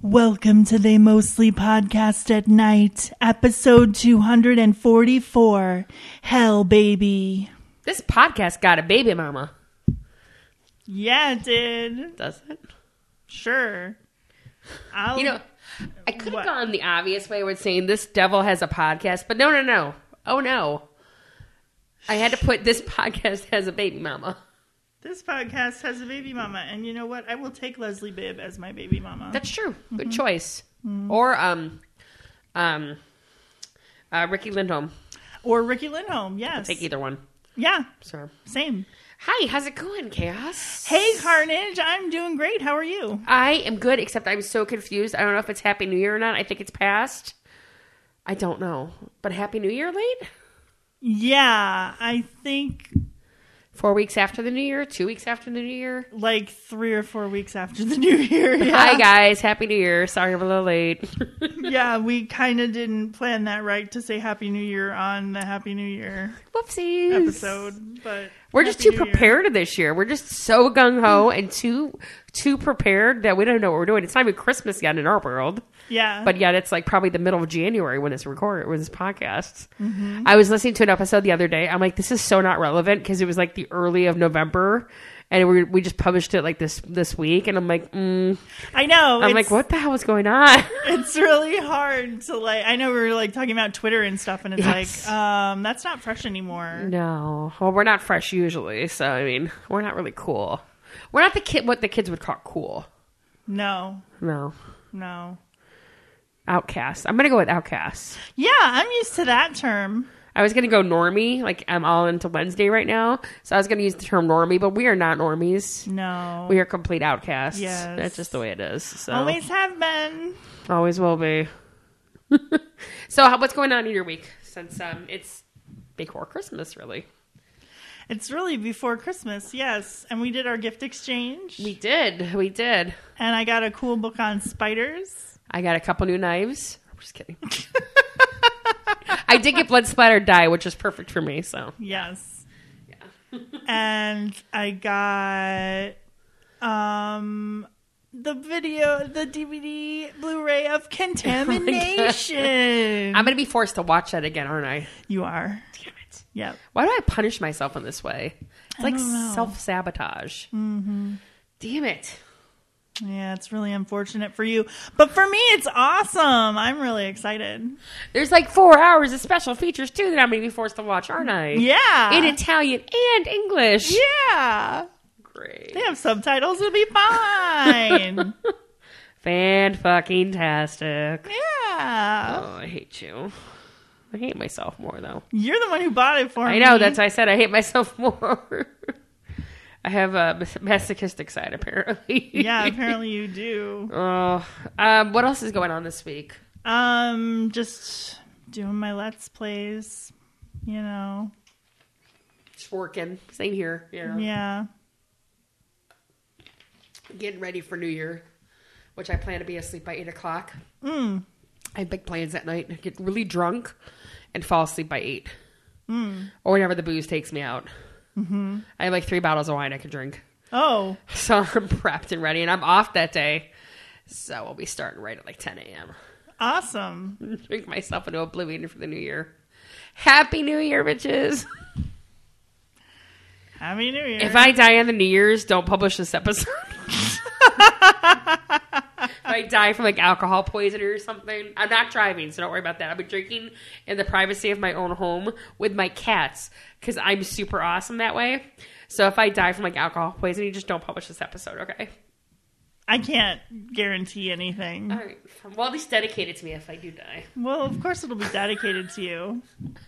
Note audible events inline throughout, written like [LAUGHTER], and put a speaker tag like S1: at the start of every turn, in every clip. S1: Welcome to They Mostly Podcast at Night, episode 244. Hell, baby.
S2: This podcast got a baby mama.
S1: Yeah, it did.
S2: Does it?
S1: Sure. I'll,
S2: You know, I could
S1: What?
S2: have gone the obvious way with saying this devil has a podcast, but no, no, no. Oh, no. I had to put this [LAUGHS] podcast has a baby mama.
S1: this podcast has a baby mama, and you know what? I will take Leslie Bibb as my baby mama.
S2: That's true. Good choice. Mm-hmm. Or, um, um, uh, Ricky Lindholm.
S1: or Ricky Lindholm, yes.
S2: Take either one.
S1: Yeah,
S2: So,
S1: same.
S2: hi, how's it going, Chaos?
S1: Hey, Carnage, I'm doing great. How are you?
S2: I am good, except I'm so confused. I don't know if it's Happy New Year or not. I think it's past. I don't know. But Happy New Year late? [LAUGHS]
S1: Yeah, I think
S2: Four weeks after the New Year? Two weeks after the New Year?
S1: like three or four weeks after the [LAUGHS] new year. Yeah.
S2: Hi, guys. Happy New Year. Sorry I'm a
S1: [LAUGHS]
S2: little late.
S1: yeah, we kind of didn't plan that right to say Happy New Year on the Happy New Year
S2: Whoopsies.
S1: episode, but
S2: We're just
S1: Happy
S2: too
S1: New Year.
S2: prepared this year. We're just so gung ho and too too prepared that we don't know what we're doing. It's not even Christmas yet in our world,
S1: Yeah,
S2: but yet it's like probably the middle of January when it's recorded, when it's podcasts.
S1: Mm-hmm.
S2: I was listening to an episode the other day. I'm like, this is so not relevant because it was like the early of November, and we we just published it like this this week, and I'm like, mm.
S1: I know.
S2: I'm
S1: it's-
S2: like, what the hell is going on? [LAUGHS]
S1: It's really hard to like. I know we were like talking about Twitter and stuff, and it's
S2: Yes.
S1: like, um, that's not fresh anymore.
S2: No. Well, we're not fresh usually, so I mean, we're not really cool. We're not the kid what the kids would call cool.
S1: No,
S2: No.
S1: no.
S2: Outcast. I'm gonna go with outcast.
S1: Yeah, I'm used to that term.
S2: I was gonna go normie, like I'm all into Wednesday right now. So I was gonna use the term normie, but we are not normies.
S1: No,
S2: We are complete outcasts.
S1: Yes.
S2: That's just the way it is. So
S1: always have been.
S2: Always will be. [LAUGHS] so how, what's going on in your week since um it's before Christmas really?
S1: It's really before Christmas, yes. And we did our gift exchange,
S2: We did. We did.
S1: and I got a cool book on spiders.
S2: I got a couple new knives. I'm just kidding. [LAUGHS] I did get blood splatter dye, which is perfect for me. So
S1: Yes.
S2: [LAUGHS]
S1: and I got um the video, the DVD, Blu-ray of Contamination.
S2: [LAUGHS] I'm gonna be forced to watch that again, aren't I?
S1: you are.
S2: Damn it!
S1: Yep.
S2: Why do I punish myself in this way? It's like
S1: don't know.
S2: self sabotage. Mm-hmm. Damn it!
S1: Yeah, it's really unfortunate for you, but for me, it's awesome. I'm really excited.
S2: There's like four hours of special features too that I'm gonna be forced to watch, aren't I?
S1: Yeah.
S2: In Italian and English.
S1: Yeah.
S2: Great.
S1: They have subtitles. It'll be fine. [LAUGHS]
S2: Fan fucking tastic.
S1: yeah.
S2: Oh, I hate you. I hate myself more though.
S1: You're the one who bought it for me.
S2: I know. That's why I said I hate myself [LAUGHS] more. I have a mas- masochistic side, apparently. [LAUGHS]
S1: yeah, apparently you do.
S2: Oh, um, what else is going on this week?
S1: Um, just doing my let's plays, you know.
S2: Just working. Same here. Yeah.
S1: Yeah,
S2: Getting ready for New Year, which I plan to be asleep by eight o'clock. Mm. I have big plans that night. I get really drunk and fall asleep by eight, mm. or whenever the booze takes me out. Mm-hmm. I have like three bottles of wine I could drink. [LAUGHS]
S1: Oh,
S2: So I'm [LAUGHS] prepped and ready, and I'm off that day. So we'll be starting right at like 10 a.m.
S1: awesome.
S2: [LAUGHS] drink myself into oblivion for the new year. Happy New Year, bitches!
S1: Happy New Year.
S2: If I die on the New Year's, don't publish this episode. [LAUGHS] if I die from like alcohol poisoning or something, I'm not driving, so don't worry about that. I'll be drinking in the privacy of my own home with my cats because I'm super awesome that way. So if I die from like alcohol poisoning, just don't publish this episode, okay?
S1: I can't guarantee anything.
S2: All right. Well, at least dedicate it to me if I do die, [LAUGHS]
S1: Well, of course it'll be dedicated to you.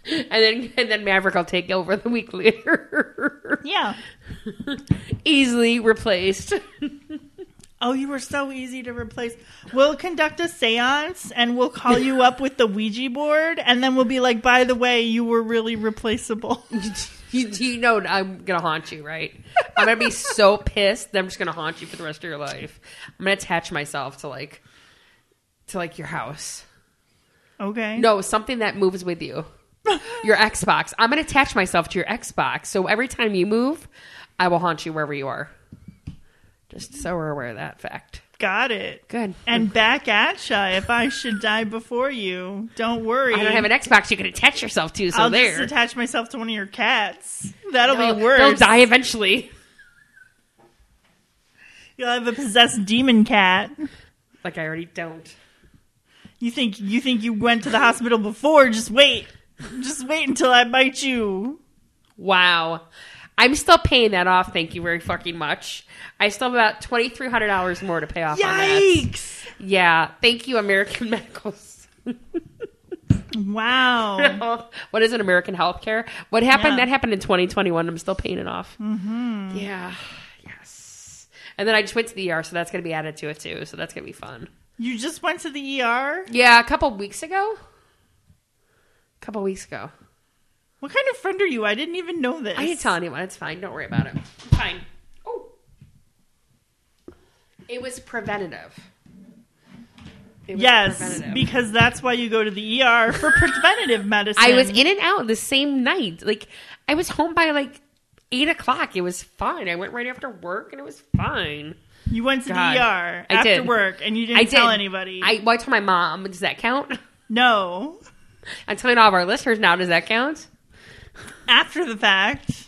S2: and then and then Maverick will take over the week later, [LAUGHS]
S1: Yeah.
S2: easily replaced.
S1: Oh, you were so easy to replace. We'll conduct a séance and we'll call you up with the Ouija board and then we'll be like, "By the way, you were really
S2: [LAUGHS]
S1: replaceable."
S2: [LAUGHS] you, you know I'm gonna haunt you, right? I'm gonna be so pissed that I'm just gonna haunt you for the rest of your life. I'm gonna attach myself to like to like your house.
S1: Okay.
S2: No, something that moves with you. [LAUGHS] Your Xbox. I'm gonna attach myself to your Xbox. So every time you move, I will haunt you wherever you are. Just so we're aware of that fact.
S1: Got it.
S2: Good.
S1: And back at ya. If I should die before you, don't worry.
S2: I don't have an Xbox you can attach yourself to, so
S1: I'll
S2: there.
S1: just attach myself to one of your cats. That'll
S2: They'll-
S1: be worse.
S2: They'll die eventually.
S1: You'll have a possessed demon cat.
S2: Like I already don't.
S1: You think you think you went to the hospital before? Just wait. Just wait until I bite you.
S2: Wow. I'm still paying that off. Thank you very fucking much. I still have about twenty three hundred dollars more to pay off. On that.
S1: Yikes!
S2: Yeah. Thank you, American [LAUGHS] Medical.
S1: Wow.
S2: [LAUGHS] what is it? American Healthcare. What happened?
S1: Yeah.
S2: That happened in 2021. I'm still paying it off. Mm-hmm. Yeah. Yes. And then I just went to the ER, so that's going to be added to it too. So that's going to be fun.
S1: You just went to the ER?
S2: Yeah, a couple weeks ago. A couple weeks ago.
S1: What kind of friend are you? I didn't even know this.
S2: I didn't tell anyone. It's fine. Don't worry about it. I'm Fine. Oh. It was preventative. It was
S1: Yes,
S2: preventative.
S1: because that's why you go to the ER
S2: [LAUGHS]
S1: for preventative medicine.
S2: I was in and out the same night. Like I was home by like eight o'clock. It was fine. I went right after work, and it was fine.
S1: You went to
S2: God.
S1: the ER
S2: I
S1: after
S2: did.
S1: work, and you didn't
S2: I
S1: tell
S2: did.
S1: anybody.
S2: I, well, I told my mom. Does that count? [LAUGHS]
S1: no,
S2: I'm telling all of our listeners now. Does that count?
S1: after the fact.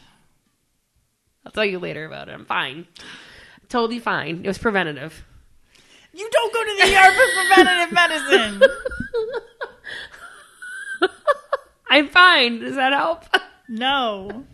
S2: I'll tell you later about it. I'm fine. Totally fine. It was preventative.
S1: You don't go to the ER for preventative medicine.
S2: I'm fine. Does that help?
S1: [LAUGHS]
S2: [LAUGHS]
S1: No.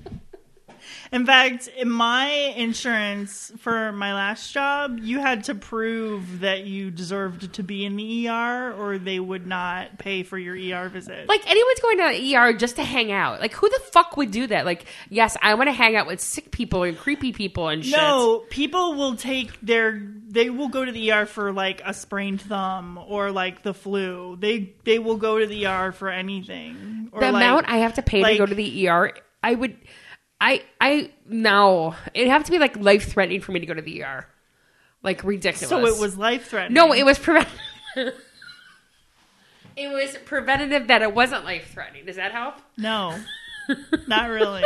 S1: In fact, in my insurance for my last job, you had to prove that you deserved to be in the ER or they would not pay for your ER visit.
S2: Like anyone's going to the ER just to hang out. Like who the fuck would do that? Like yes, I want to hang out with sick people and creepy people and shit.
S1: No, people will take their they will go to the ER for like a sprained thumb or like the flu. They they will go to the ER for anything. Or
S2: the
S1: like,
S2: amount I have to pay
S1: like-
S2: to go to the ER, I would, I, I no, it'd have to be like life threatening for me to go to the ER, like ridiculous.
S1: so it was life threatening.
S2: no, it was prevent. [LAUGHS] it was preventative that it wasn't life threatening. Does that help?
S1: No, not really.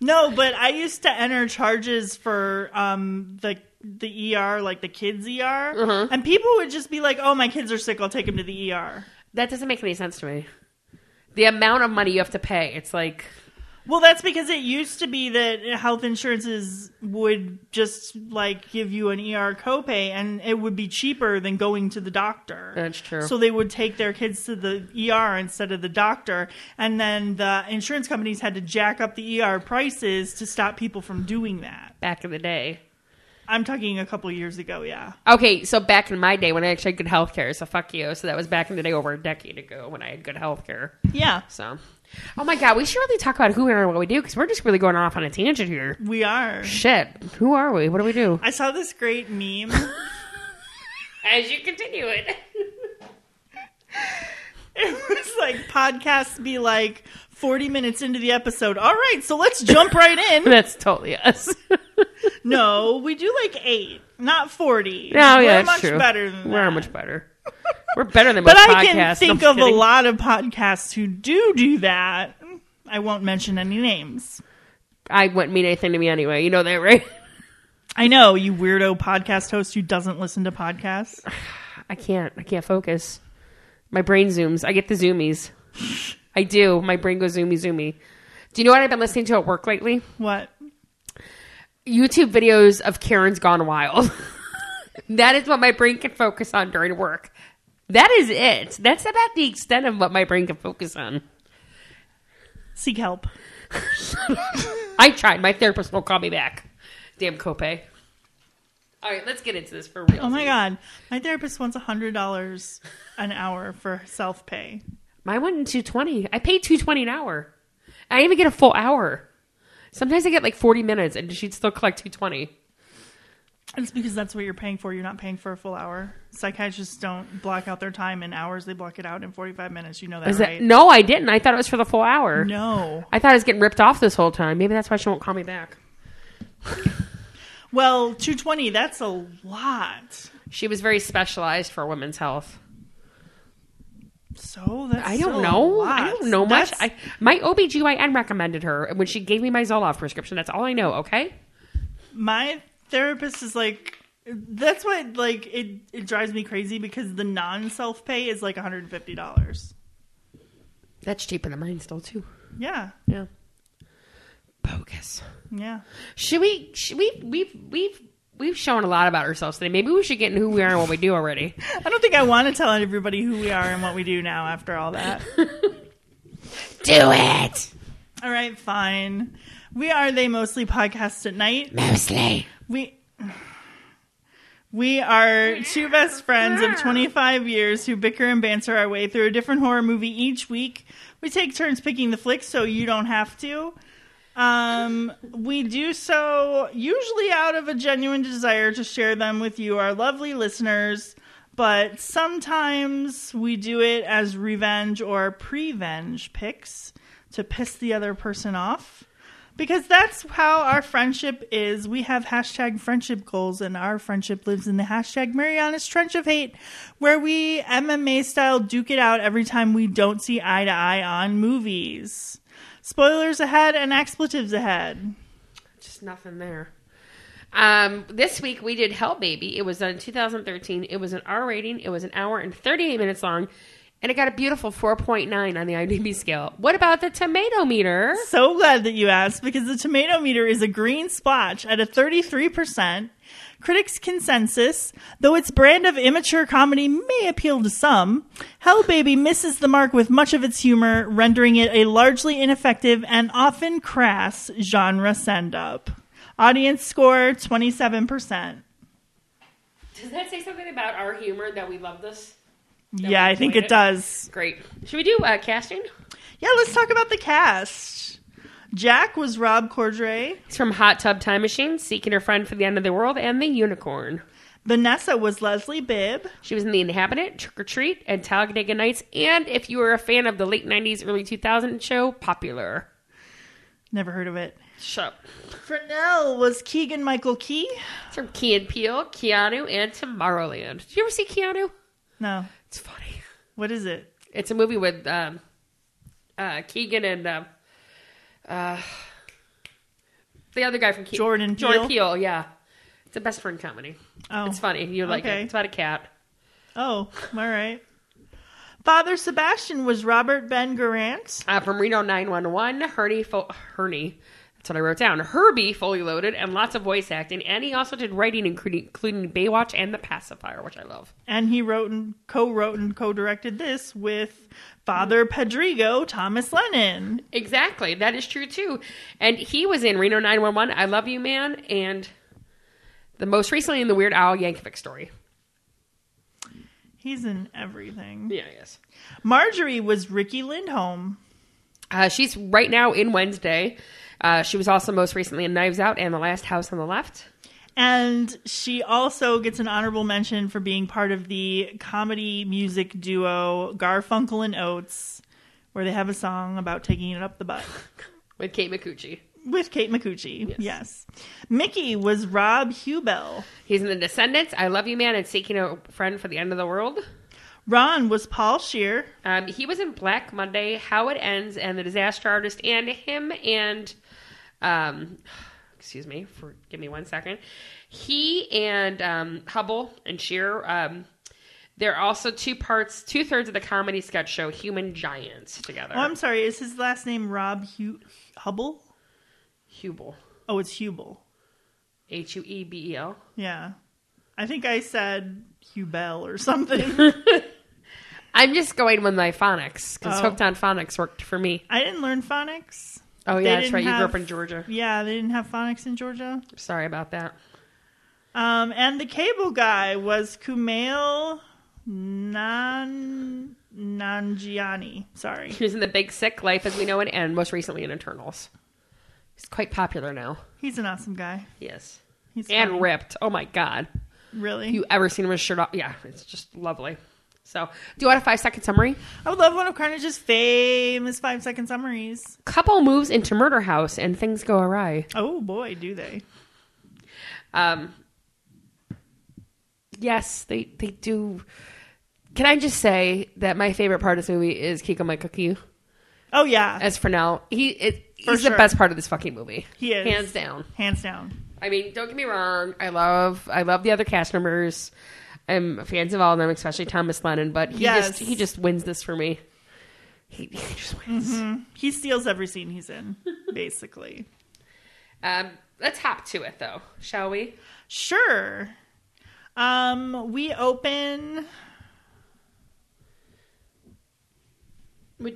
S1: No, but I used to enter charges for um, the the ER, like the kids ER, and people would just be like, "Oh, my kids are sick. I'll take them to the ER."
S2: That doesn't make any sense to me. The amount of money you have to pay, it's like
S1: Well, that's because it used to be that health insurances would just like give you an ER copay, and it would be cheaper than going to the doctor.
S2: That's true.
S1: So they would take their kids to the ER instead of the doctor, and then the insurance companies had to jack up the ER prices to stop people from doing that.
S2: back in the day.
S1: I'm talking a couple years ago, yeah.
S2: Okay, so back in my day when I actually had good health care, so fuck you. So that was back in the day over a decade ago when I had good health care.
S1: Yeah,
S2: So, oh my god, we should really talk about who we are and what we do because we're just really going off on a tangent here.
S1: we are.
S2: Shit, who are we? What do we do?
S1: I saw this great meme. [LAUGHS]
S2: As you continue it,
S1: It was like podcasts be like 40 minutes into the episode. All right, so let's jump right in.
S2: [LAUGHS] that's totally us. [LAUGHS] Oh,
S1: No, we do like eight, not forty.
S2: No, yeah,
S1: we're
S2: that's
S1: much
S2: true.
S1: better than
S2: We're
S1: that.
S2: much better. We're better than
S1: but
S2: most
S1: I can
S2: podcasts.
S1: think
S2: I'm
S1: of a
S2: kidding.
S1: lot of podcasts who do do that. I won't mention any names.
S2: I wouldn't mean anything to me anyway. You know that, right?
S1: I know you weirdo podcast host who doesn't listen to podcasts.
S2: I can't. I can't focus. My brain zooms. I get the zoomies. I do. My brain goes zoomy zoomy. Do you know what I've been listening to at work lately?
S1: What?
S2: YouTube videos of Karen's Gone Wild. [LAUGHS] that is what my brain can focus on during work. That is it. That's about the extent of what my brain can focus on.
S1: Seek help.
S2: I tried. My therapist won't call me back. Damn copay. All right, let's get into this for real.
S1: Oh my god, my therapist wants hundred dollars an hour for self pay.
S2: Mine went in two twenty. I paid two twenty an hour. I didn't even get a full hour. Sometimes I get like forty minutes, and she'd still collect two twenty.
S1: It's because that's what you're paying for. You're not paying for a full hour. Psychiatrists don't block out their time in hours; they block it out in forty-five minutes. You know that,
S2: Is
S1: right?
S2: that no? I didn't. I thought it was for the full hour.
S1: no.
S2: I thought I was getting ripped off this whole time. Maybe that's why she won't call me back.
S1: Well, 220, that's a lot.
S2: She was very specialized for women's health.
S1: So that's
S2: I don't
S1: still a
S2: know.
S1: lot.
S2: I don't know much.
S1: That's-
S2: I, my OBGYN recommended her when she gave me my Zoloft prescription. That's all I know, okay?
S1: my therapist is like That's what like it it drives me crazy because the non self pay is like one hundred and fifty dollars.
S2: That's cheaper than mine still too.
S1: Yeah,
S2: Yeah. Bogus.
S1: yeah.
S2: Should we? Should we? We've we've we've shown a lot about ourselves today. Maybe we should get into who we are and what we do already.
S1: I don't think I want to tell everybody who we are and what we do now after all
S2: [LAUGHS]
S1: that.
S2: [LAUGHS] do it
S1: All right, fine. We are they mostly podcast at night.
S2: mostly.
S1: We we are two best friends of 25 years who bicker and banter our way through a different horror movie each week. We take turns picking the flicks so you don't have to. Um, we do so usually out of a genuine desire to share them with you, our lovely listeners, but sometimes we do it as revenge or prevenge picks to piss the other person off. Because that's how our friendship is. We have hashtag friendship goals, and our friendship lives in the hashtag Mariana's Trench of Hate, where we MMA style duke it out every time we don't see eye to eye on movies. Spoilers ahead and expletives ahead.
S2: Just nothing there. Um, this week we did Hell Baby. It was done in 2013. It was an R rating. It was an hour and 38 minutes long, and it got a beautiful 4.9 on the IMDb scale. What about the tomato meter?
S1: So glad that you asked because the tomato meter is a green splotch at a 33%. Critics' consensus, though its brand of immature comedy may appeal to some, Hell Baby misses the mark with much of its humor, rendering it a largely ineffective and often crass genre send up. Audience score 27%.
S2: Does that say something about our humor that we love this?
S1: yeah, I think it does.
S2: Great. Should we do uh, casting?
S1: Yeah, let's talk about the cast. Jack was Rob Cordray.
S2: It's from Hot Tub Time Machine, Seeking Her Friend for the End of the World, and The Unicorn.
S1: Vanessa was Leslie Bibb.
S2: She was in The Inhabitant, Trick or Treat, and Talladega Nights, and if you were a fan of the late 90s, early 2000 show, Popular.
S1: Never heard of it.
S2: Shut up.
S1: Fresnel was Keegan Michael Key.
S2: It's from Key and Peele, Keanu, and Tomorrowland. Did you ever see Keanu?
S1: No,
S2: It's funny.
S1: what is it?
S2: It's a movie with um, uh, Keegan and um uh, the other guy from Ke-
S1: Jordan
S2: Jordan
S1: Peele?
S2: Peele. yeah. It's a best friend comedy.
S1: Oh,
S2: It's funny. You like
S1: Okay.
S2: it. It's about a cat.
S1: oh, all right. Father Sebastian was Robert Ben Garant.
S2: Uh, from Reno 911, Herney, Fo- Herney, that's what I wrote down, Herbie, fully loaded, and lots of voice acting. And he also did writing, including, including Baywatch and The Pacifier, which I love.
S1: and he wrote and co-wrote and co-directed this with Father Pedrigo Thomas Lennon.
S2: Exactly. That is true, too. And he was in Reno 911, I Love You, Man, and the most recently in the Weird Al Yankovic story.
S1: He's in everything.
S2: Yeah, yes.
S1: Marjorie was Ricky Lindholm.
S2: Uh, she's right now in Wednesday. Uh, she was also most recently in Knives Out and The Last House on the Left.
S1: And she also gets an honorable mention for being part of the comedy music duo Garfunkel and Oates, where they have a song about taking it up the butt
S2: With Kate McCucci.
S1: with Kate McCucci. Yes.
S2: Yes.
S1: Mickey was Rob Hubel.
S2: He's in The Descendants, I Love You Man, and Seeking a Friend for the End of the World.
S1: Ron was Paul Shear.
S2: Um, he was in Black Monday, How It Ends, and The Disaster Artist, and him and, um, [SIGHS] excuse me, for give me one second. He and um, Hubble and Shear. Um, they're also two parts, two thirds of the comedy sketch show Human Giants together.
S1: Oh, I'm sorry. Is his last name Rob Hu- Hubble?
S2: Hubel,
S1: Oh, it's Hubel.
S2: H U E B E L.
S1: Yeah. I think I said Hubel or
S2: [LAUGHS]
S1: something.
S2: I'm just going with my phonics because
S1: Oh.
S2: hooked on phonics worked for me.
S1: I didn't learn phonics.
S2: Oh
S1: They
S2: yeah, that's
S1: didn't
S2: right. You grew
S1: have-
S2: up in Georgia.
S1: Yeah, they didn't have phonics in Georgia.
S2: Sorry about that.
S1: Um, and the cable guy was Kumail Nan Nanjiani. Sorry,
S2: He was in The Big Sick, Life as We Know It, and most recently in Eternals. He's quite popular now.
S1: he's an awesome guy.
S2: Yes.
S1: He's
S2: and
S1: funny.
S2: ripped. Oh my god.
S1: really.
S2: You ever seen him with his shirt off? Yeah, it's just lovely. So, do you want a five second summary?
S1: I would love one of Carnage's famous five second summaries.
S2: Couple moves into murder house and things go awry.
S1: Oh boy, do they!
S2: Um, yes, they they do. Can I just say that my favorite part of this movie is Kiko Michael
S1: Oh yeah,
S2: As for now, he it,
S1: For
S2: he's
S1: sure.
S2: the best part of this fucking movie.
S1: He is.
S2: hands down.
S1: hands down.
S2: I mean, don't get me wrong. I love I love the other cast members. I'm fans of all of them, especially Thomas Lennon. But he
S1: Yes.
S2: just he just wins this for me. He, he just wins.
S1: He steals every scene he's
S2: [LAUGHS]
S1: in, basically.
S2: Um, let's hop to it though, shall we?
S1: Sure. Um, we open.
S2: With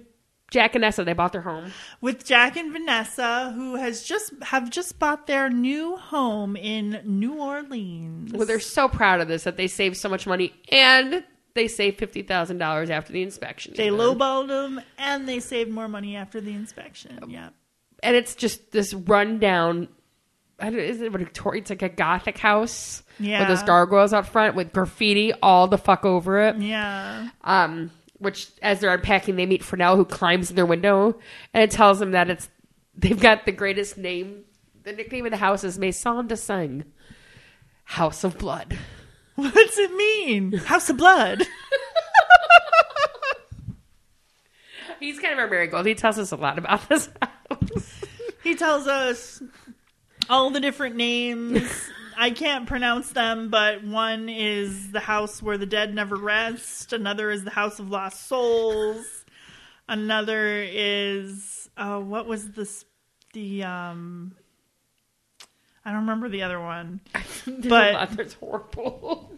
S2: Jack and Nessa, they bought their home.
S1: with Jack and Vanessa, who has just have just bought their new home in New Orleans.
S2: Well, they're so proud of this that they saved so much money and they saved fifty thousand dollars after the inspection.
S1: they
S2: even.
S1: lowballed them, and they saved more money after the inspection. Yeah,
S2: and it's just this rundown. I don't, is it Victorian? It's like a gothic house
S1: Yeah.
S2: with those gargoyles out front with graffiti all the fuck over it.
S1: yeah, [LAUGHS]
S2: Um, which as they're unpacking, they meet Fresnel who climbs in their window and it tells them that it's they've got the greatest name. The nickname of the house is Maison de Sang, House of Blood.
S1: What's it mean? House of Blood.
S2: [LAUGHS] He's kind of our marigold. He tells us a lot about this [LAUGHS] house.
S1: He tells us all the different names. I can't pronounce them, but one is the house where the dead never rest. Another is the house of lost souls. Another is uh, what was this? The um, I don't remember the other one. But-
S2: it's horrible.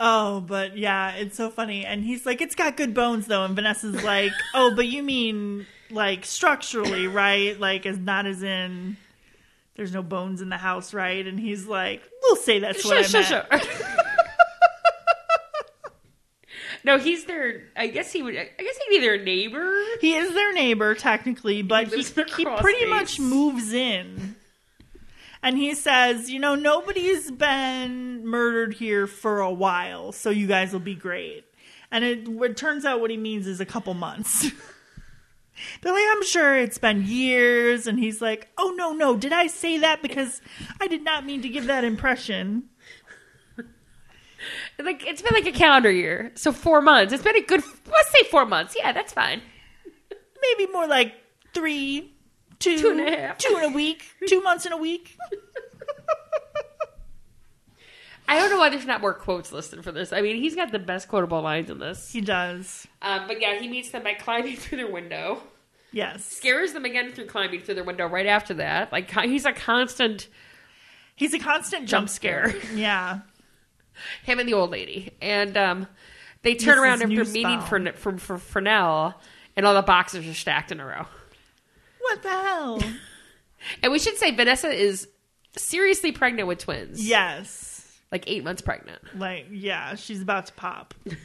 S1: Oh, but yeah, it's so funny. And he's like, "It's got good bones, though." And
S2: [LAUGHS]
S1: Vanessa's like, "Oh, but you mean like structurally, right? Like, as not as in there's no bones in the house, right?" And he's like, "We'll say that's what I
S2: [LAUGHS] Sure,
S1: meant."
S2: sure, sure. [LAUGHS] no, he's their. I guess he would. I guess he'd be their neighbor.
S1: He is their neighbor technically, but he,
S2: lives in a
S1: he
S2: crawl
S1: pretty
S2: space.
S1: much moves in. And he says, "You know, nobody's been murdered here for a while, so you guys will be great." And it, it turns out what he means is a couple months. [LAUGHS] They're like, "I'm sure it's been years," and he's like, "Oh no, no, did I say that? Because I did not mean to give that impression."
S2: Like it's been like a calendar year, so four months. It's been a good. Let's say four months. Yeah, that's fine.
S1: Maybe more like three, two,
S2: Two and a half.
S1: two in a week, two months in a week.
S2: I don't know why there's not more quotes listed for this. I mean, he's got the best quotable lines in this.
S1: He does,
S2: Um, but yeah, he meets them by climbing [LAUGHS] through their window.
S1: yes.
S2: scares them again through climbing through the window right after that. Like [LAUGHS] co- he's a constant
S1: He's a constant
S2: jump
S1: jump,
S2: scare. [LAUGHS]
S1: scare. Yeah.
S2: Him and the old lady, and um, they turn
S1: Mrs.
S2: around after meeting
S1: Newsbaum.
S2: for from for Fresnel, and all the boxes are stacked in a row.
S1: What the hell?
S2: And we should say Vanessa is seriously pregnant with
S1: [LAUGHS]
S2: twins.
S1: yes.
S2: like eight months pregnant.
S1: Like, yeah, she's about to pop.
S2: But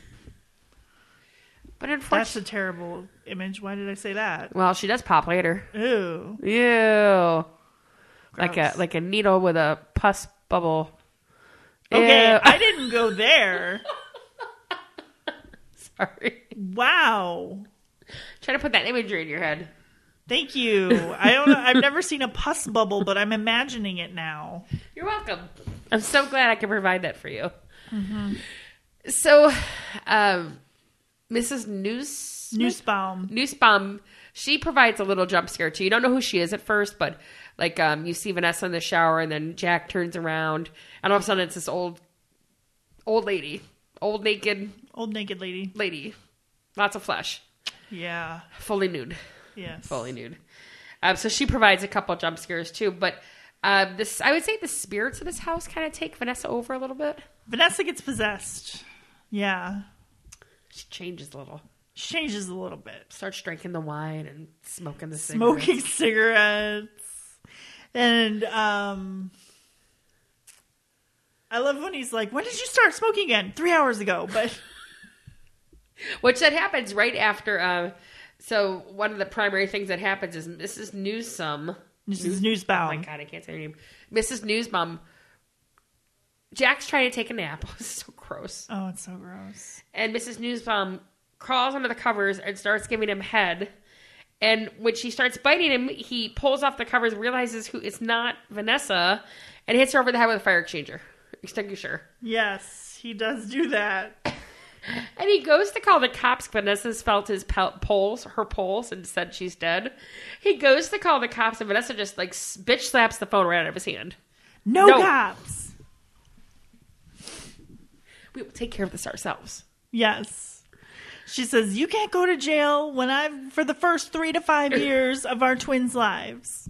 S1: That's
S2: unfortunately,
S1: a terrible image. Why did I say that?
S2: well, she does pop later.
S1: Ew.
S2: Ew, like a
S1: Gross.
S2: like a needle with a pus bubble.
S1: Okay,
S2: Ew. [LAUGHS]
S1: I didn't go there.
S2: sorry.
S1: Wow.
S2: Try to put that imagery in your head.
S1: Thank you. I don't know. I've never seen a pus bubble, but I'm imagining it now.
S2: You're welcome. Mm-hmm. I'm so glad I can provide that for you. So, um, Mrs. News
S1: Newsbaum.
S2: Newsbaum, she provides a little jump scare too. You don't know who she is at first, but like um, you see Vanessa in the shower, and then Jack turns around, and all of a sudden it's this old, old lady, old naked
S1: Old naked lady.
S2: lady, lots of flesh,
S1: Yeah.
S2: fully nude
S1: Yes.
S2: fully nude. Um, so she provides a couple jump scares too, but um, this I would say the spirits of this house kind of take Vanessa over a little bit.
S1: Vanessa gets possessed. Yeah.
S2: She changes a little,
S1: She changes a little bit.
S2: starts drinking the wine and smoking the cigarettes.
S1: smoking cigarettes and um i love when he's like when did you start smoking again three hours ago but
S2: [LAUGHS]
S1: [LAUGHS]
S2: which that happens right after. Uh, so one of the primary things that happens is Mrs. Newsome.
S1: this is
S2: Oh my
S1: newsbound
S2: god, I can't say her name. Mrs. Newsbum. Jack's trying to take a nap. [LAUGHS] this is so gross.
S1: oh it's so gross
S2: and Mrs. Newsbaum crawls under the covers and starts giving him head. And when she starts biting him, he pulls off the covers, realizes who it's not Vanessa, and hits her over the head with a fire exchanger extinguisher.
S1: yes he does do that
S2: And he goes to call the cops. Vanessa's felt his pel- pulse, her pulse, and said she's dead. He goes to call the cops, and Vanessa just like s- bitch slaps the phone right out of his hand.
S1: No,
S2: No.
S1: cops.
S2: We will take care of this ourselves.
S1: Yes. She says, You can't go to jail when I've for the first three to [LAUGHS] five years of our twins' lives.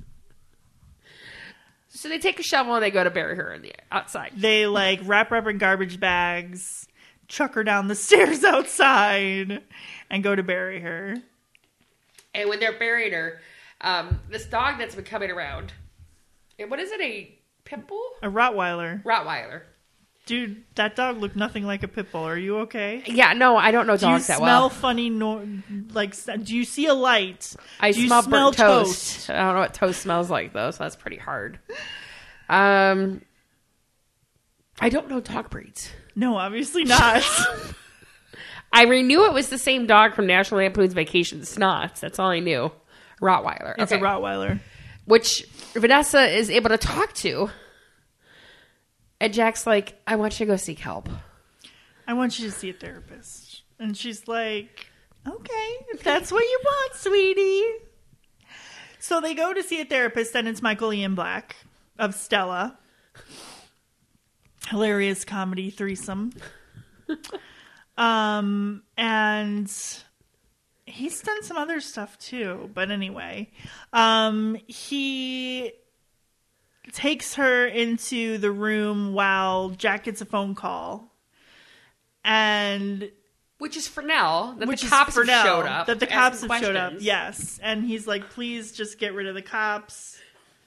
S2: So they take a shovel and they go to bury her in the outside.
S1: They like wrap her up in garbage bags, chuck her down the [LAUGHS] stairs outside, and go to bury her.
S2: And when they're burying her, um, this dog that's been coming around, and what is it, a pit bull?
S1: A Rottweiler.
S2: Rottweiler.
S1: Dude, that dog looked nothing like a pit bull. Are you okay?
S2: Yeah, no, I don't know
S1: Do you
S2: dogs that
S1: smell
S2: well.
S1: funny, no- like, s- do you see a light?
S2: I
S1: do you
S2: smell, burnt toast. I don't know what toast smells like though, so that's pretty hard. Um, I don't know dog breeds.
S1: No, obviously
S2: [LAUGHS]
S1: not.
S2: I re- knew it was the same dog from National Lampoon's Vacation Snots. That's all I knew. Rottweiler.
S1: It's a
S2: Okay.
S1: Rottweiler.
S2: Which Vanessa is able to talk to. And Jack's like, I want you to go seek help.
S1: I want you to see a therapist. And she's like, okay, if that's what you want, sweetie. So they go to see a therapist, and it's Michael Ian Black of Stella. Hilarious comedy threesome. um, and he's done some other stuff too, but anyway. Um, he takes her into the room while Jack gets a phone call and
S2: Which is Fernell. That
S1: which
S2: the
S1: is
S2: cops
S1: for now,
S2: have showed up.
S1: That the
S2: asking
S1: cops have showed up.
S2: questions.
S1: Yes, and he's like, "Please, just get rid of the cops."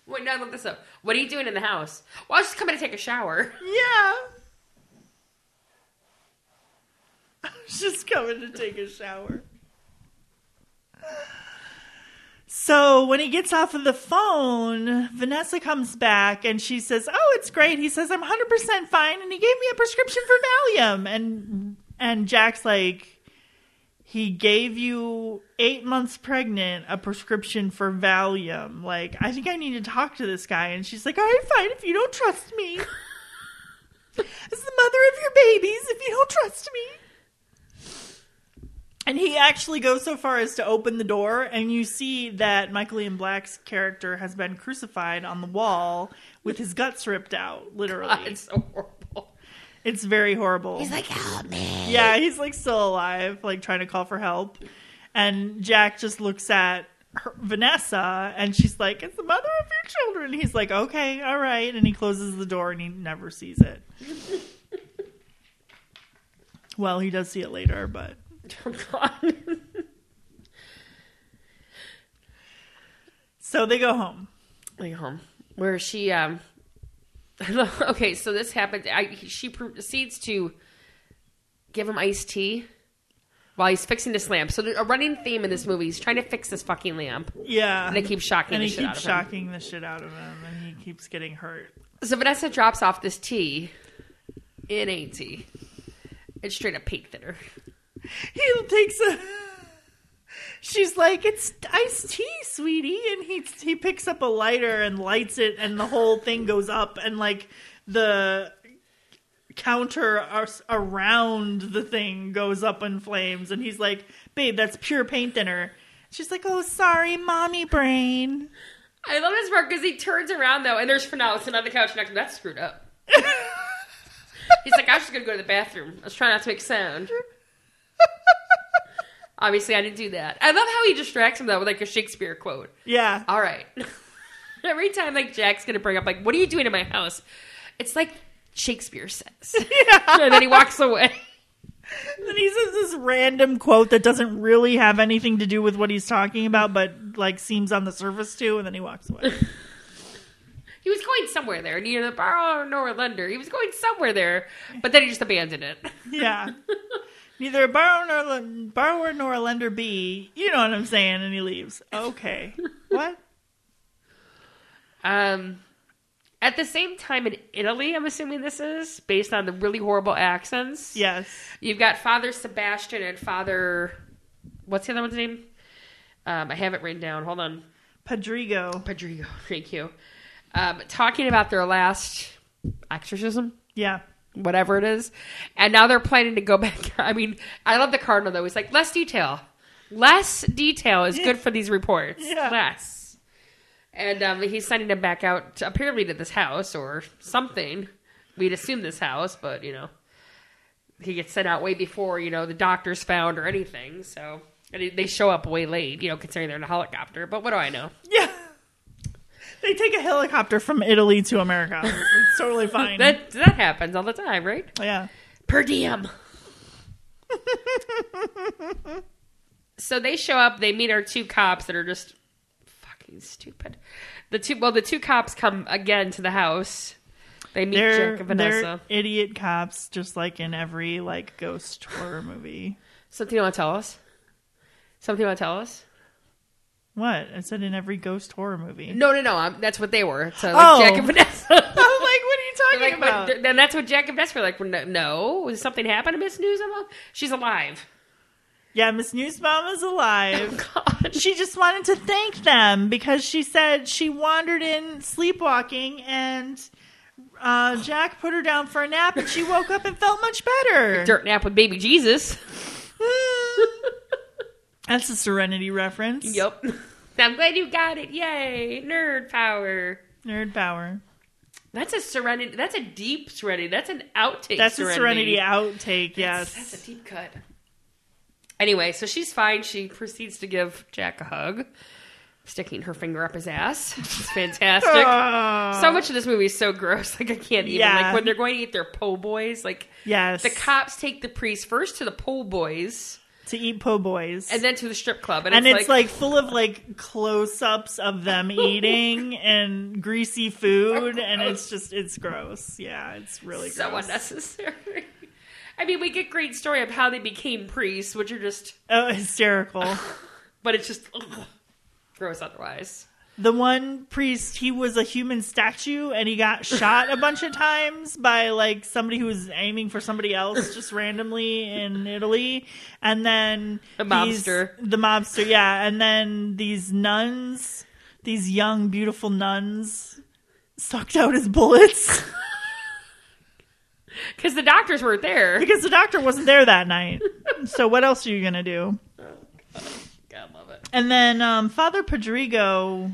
S2: Wait, no, look this up. What are you doing in the house? Well, I was just coming to take a shower. [LAUGHS]
S1: Yeah. [LAUGHS] I was just coming to take a shower. So when he gets off of the phone, Vanessa comes back and she says, "Oh, it's great." He says, "I'm 100% fine," and he gave me a prescription for Valium. And and Jack's like, "He gave you eight months pregnant a prescription for Valium. Like, I think I need to talk to this guy." And she's like, "All right, fine. If you don't trust me, as the mother of your babies, if you don't trust me." And he actually goes so far as to open the door, and you see that Michael Ian Black's character has been crucified on the wall with his guts ripped out, literally.
S2: it's so horrible.
S1: It's very horrible.
S2: like, help me. [LAUGHS]
S1: yeah, he's like still alive, like trying to call for help. And Jack just looks at her, Vanessa, and she's like, It's the mother of your children. He's like, Okay, all right. And he closes the door and he never sees
S2: [LAUGHS]
S1: it. well, he does see it later, but.
S2: Oh, God.
S1: So they go home.
S2: [LAUGHS] like home where she um [LAUGHS] okay so this happened I, she proceeds to give him iced tea while he's fixing this lamp so there's a running theme in this movie he's trying to fix this fucking lamp
S1: Yeah.
S2: and they keep shocking
S1: and
S2: the
S1: he
S2: shit
S1: keeps
S2: out of
S1: shocking the shit out of him, and he keeps getting hurt.
S2: him so vanessa drops off this tea it ain't tea it's straight up paint thinner
S1: He takes a. [LAUGHS] She's like, "It's iced tea, sweetie," and he he picks up a lighter and lights it, and the whole thing goes up, and like the counter ar- around the thing goes up in flames, and he's like, "Babe, that's pure paint thinner." She's like, "Oh, sorry, mommy brain." [LAUGHS]
S2: i love this part because he turns around though and there's for now it's another couch next to him. that's screwed up he's like i was just gonna go to the bathroom i was trying not to make sound Obviously, I didn't do that. I love how he distracts him though with like a Shakespeare quote.
S1: yeah, [LAUGHS]
S2: All right, [LAUGHS] every time like Jack's gonna bring up like, "What are you doing in my house?" It's like Shakespeare [LAUGHS] says, and then he walks away.
S1: [LAUGHS] And he says this random quote that doesn't really have anything to do with what he's talking about, but like seems on the surface to, and then he walks away.
S2: He was going somewhere there, neither the borrower nor lender. He was going somewhere there, but then he just abandoned it.
S1: yeah. Neither a borrower nor, len- borrower nor a lender be. You know what I'm saying? And he leaves. Okay. What?
S2: Um, at the same time in Italy, I'm assuming this is based on the really horrible accents.
S1: Yes.
S2: You've got Father Sebastian and Father. What's the other one's name? Um, I have it written down. Hold on.
S1: Padrigo.
S2: Rodrigo, thank you. Um, talking about their last exorcism,
S1: Yeah.
S2: whatever it is. And now they're planning to go [LAUGHS] back. I mean, I love the Cardinal, though. He's like, less detail. Less detail is good for these reports.
S1: Yeah.
S2: Less. And um, he's sending him back out, to, apparently to this house or something. We'd assume this house, but, you know, he gets sent out way before, you know, the doctor's found or anything. So and he- they show up way late, you know, considering they're in a helicopter. But what do I know?
S1: Yeah. They take a helicopter from Italy to America. It's totally fine.
S2: That, that happens all the time, right?
S1: yeah.
S2: per diem. [LAUGHS] so they show up. They meet our two cops that are just fucking stupid. The two, well, the two cops come again to the house. They meet
S1: They're,
S2: Jack and Vanessa.
S1: they're idiot cops, just like in every like ghost horror movie.
S2: Something you want to tell us? Something you want to tell us?
S1: What? I said in every ghost horror movie.
S2: No, no, no. Um, that's what they were. So like
S1: Oh.
S2: Jack and Vanessa. [LAUGHS]
S1: I'm [LAUGHS] like, what are you talking
S2: Like, but
S1: about?
S2: th- then that's what Jack and Vanessa were like. No, no. Did something happen to Miss Newsom? She's alive.
S1: Yeah, Miss Newsbaum is alive.
S2: [LAUGHS] God.
S1: she just wanted to thank them because she said she wandered in sleepwalking and uh, Jack put her down for a nap and she woke up and felt much better.
S2: Dirt nap with baby Jesus.
S1: [LAUGHS]
S2: [LAUGHS]
S1: That's a Serenity reference.
S2: [LAUGHS] Yep. I'm glad you got it. Yay. Nerd power.
S1: Nerd power.
S2: That's a serenity. That's a deep serenity. That's an outtake
S1: That's
S2: serenity.
S1: a Serenity outtake, yes.
S2: That's a deep cut. Anyway, so she's fine. She proceeds to give Jack a hug, sticking her finger up his ass.
S1: [LAUGHS]
S2: It's fantastic.
S1: Oh,
S2: so much of this movie is so gross. [LAUGHS] Like, I can't even.
S1: Yeah.
S2: Like, when they're going to eat their po' boys, like,
S1: yes.
S2: the cops take the priest first to the po' boys
S1: to eat po' boys.
S2: and then to the strip club. And,
S1: and it's, like, full of like close ups of
S2: [LAUGHS]
S1: them eating and greasy food, and it's just it's gross. Yeah, it's really
S2: so
S1: gross.
S2: unnecessary. [LAUGHS] I mean, we get great story of how they became priests, which are just,
S1: Oh, hysterical.
S2: but it's just ugh, gross otherwise.
S1: the one priest, he was a human statue and he got shot a bunch of times by like somebody who was aiming for somebody else just randomly in Italy. And then
S2: The
S1: these-
S2: mobster.
S1: the mobster, yeah. And then these nuns, these young, beautiful nuns sucked out his bullets
S2: Because the doctors weren't there.
S1: because the doctor wasn't there that night. So what else are you gonna do?
S2: God, love it.
S1: And then um, Father Padrigo,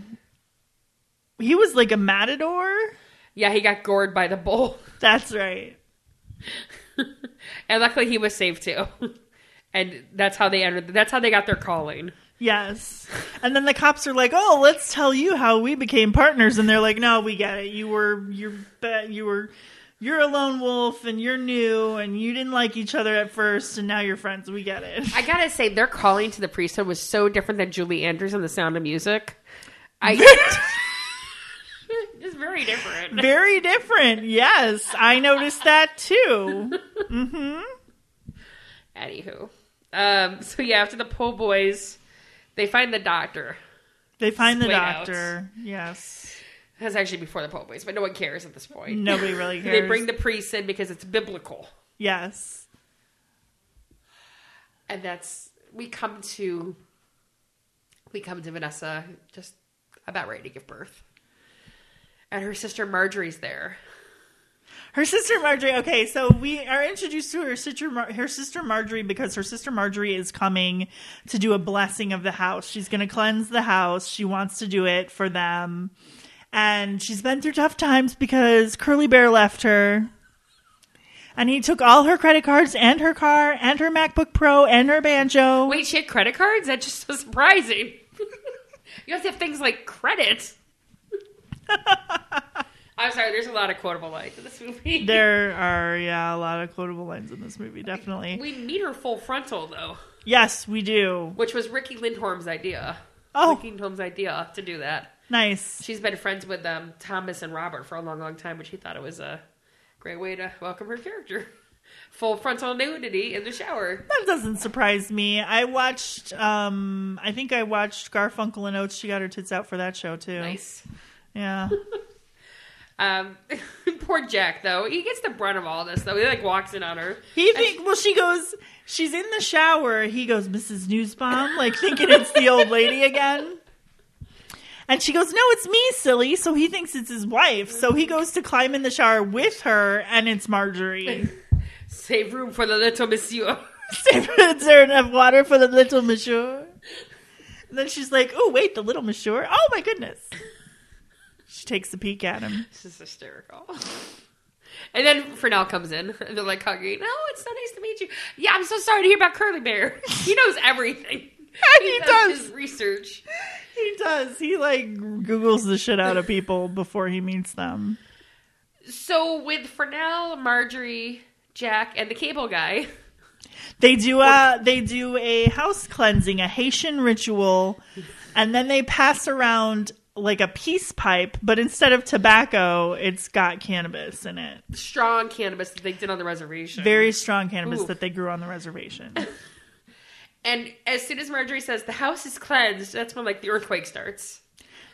S1: he was like a matador.
S2: Yeah, he got gored by the bull. [LAUGHS]
S1: That's right.
S2: and luckily he was saved too. [LAUGHS] and that's how they entered, that's how they got their calling.
S1: Yes. And then the cops are like, "Oh, let's tell you how we became partners." And they're like, "No, we get it. You were you're ba- you were you're a lone wolf and you're new and you didn't like each other at first and now you're friends. We get it."
S2: I gotta say, their calling to the priesthood was so different than Julie Andrews and The Sound of Music. [LAUGHS]
S1: [LAUGHS]
S2: I. it's very different.
S1: Very different. Yes, I noticed that too.
S2: Anywho, um, so yeah, after the po' boys, they find the doctor.
S1: They find the
S2: Wait out.
S1: doctor. Yes.
S2: That's actually before the po' boys, but no one cares at this point.
S1: Nobody really cares.
S2: [LAUGHS] They bring the priest in because it's biblical,
S1: Yes.
S2: and that's we come to we come to Vanessa just about ready to give birth, and her sister Marjorie's there.
S1: Her sister Marjorie. Okay, so we are introduced to her sister Mar- her sister Marjorie because her sister Marjorie is coming to do a blessing of the house. She's going to cleanse the house. She wants to do it for them. And she's been through tough times because Curly Bear left her. And he took all her credit cards and her car and her MacBook Pro and her banjo.
S2: Wait, she had credit cards? That's just so surprising. [LAUGHS] you have to have things like [LAUGHS] credit. I'm sorry. There's a lot of quotable lines in this movie.
S1: There are yeah, a lot of quotable lines in this movie, definitely.
S2: [LAUGHS] We meet her full frontal though,
S1: Yes, we do.
S2: which was Ricky Lindholm's idea.
S1: Oh.
S2: Ricky Lindholm's idea to do that.
S1: Nice.
S2: She's been friends with um, Thomas and Robert for a long, long time, which he thought it was a great way to welcome her character. [LAUGHS] Full frontal nudity in the shower.
S1: That doesn't surprise me. I watched. um I think I watched Garfunkel and Oates. She got her tits out for that show too.
S2: Nice.
S1: Yeah.
S2: Um, [LAUGHS] poor Jack though. He gets the brunt of all this though. He like walks in on her.
S1: He think. Well, she goes. She's in the shower. He goes, Mrs. Newsbomb, like thinking it's the old lady again. And she goes, No, it's me, silly. So he thinks it's his wife. So he goes to climb in the shower with her, and it's Marjorie.
S2: Save room for the little monsieur. [LAUGHS]
S1: Is there enough water for the little monsieur? And then she's like, Oh, wait, the little monsieur? Oh, my goodness. She takes a peek at him.
S2: This is hysterical. [LAUGHS] And then Fernell comes in. [LAUGHS] And they're like hugging. No, it's so nice to meet you. Yeah, I'm so sorry to hear about Curly Bear. [LAUGHS] He knows everything.
S1: [LAUGHS] He does.
S2: his research.
S1: He does. He like googles the shit out of people before he meets them.
S2: So with Fernell, Marjorie, Jack, and the cable guy, [LAUGHS]
S1: They do a they do a house cleansing, a Haitian ritual, and then they pass around like a peace pipe, but instead of tobacco, it's got cannabis in it.
S2: strong cannabis that they did on the reservation.
S1: Very strong cannabis
S2: Ooh.
S1: that they grew on the reservation.
S2: and as soon as Marjorie says the house is cleansed, that's when like the earthquake starts.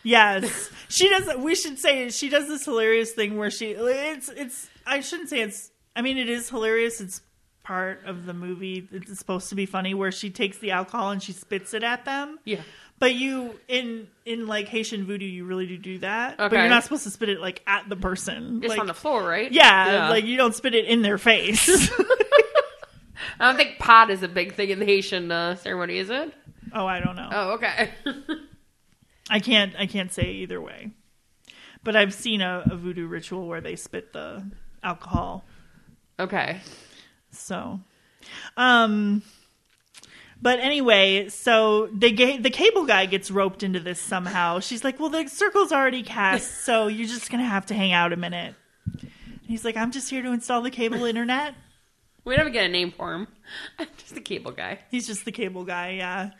S1: Yes, she does. We should say she does this hilarious thing where she it's it's. I shouldn't say it's. I mean, it is hilarious. It's part of the movie. It's supposed to be funny where she takes the alcohol and she spits it at them.
S2: Yeah.
S1: But you in in like Haitian voodoo, you really do do that. But
S2: Okay.
S1: you're not supposed to spit it like at the person.
S2: It's
S1: like,
S2: on the floor, right?
S1: yeah, like you don't spit it in their
S2: [LAUGHS]
S1: face.
S2: I don't think pot is a big thing in the Haitian uh, ceremony, is it?
S1: oh, I don't know.
S2: Oh, okay.
S1: I can't. I can't say either way. But I've seen a, a voodoo ritual where they spit the alcohol
S2: [LAUGHS] okay.
S1: So, um, but anyway, so they ga- the cable guy gets roped into this somehow. She's like, "Well, the circle's already cast, so you're just gonna have to hang out a minute." And he's like, "I'm just here to install the cable internet."
S2: We never get a name for him. [LAUGHS] Just a cable guy.
S1: He's just the cable guy, yeah.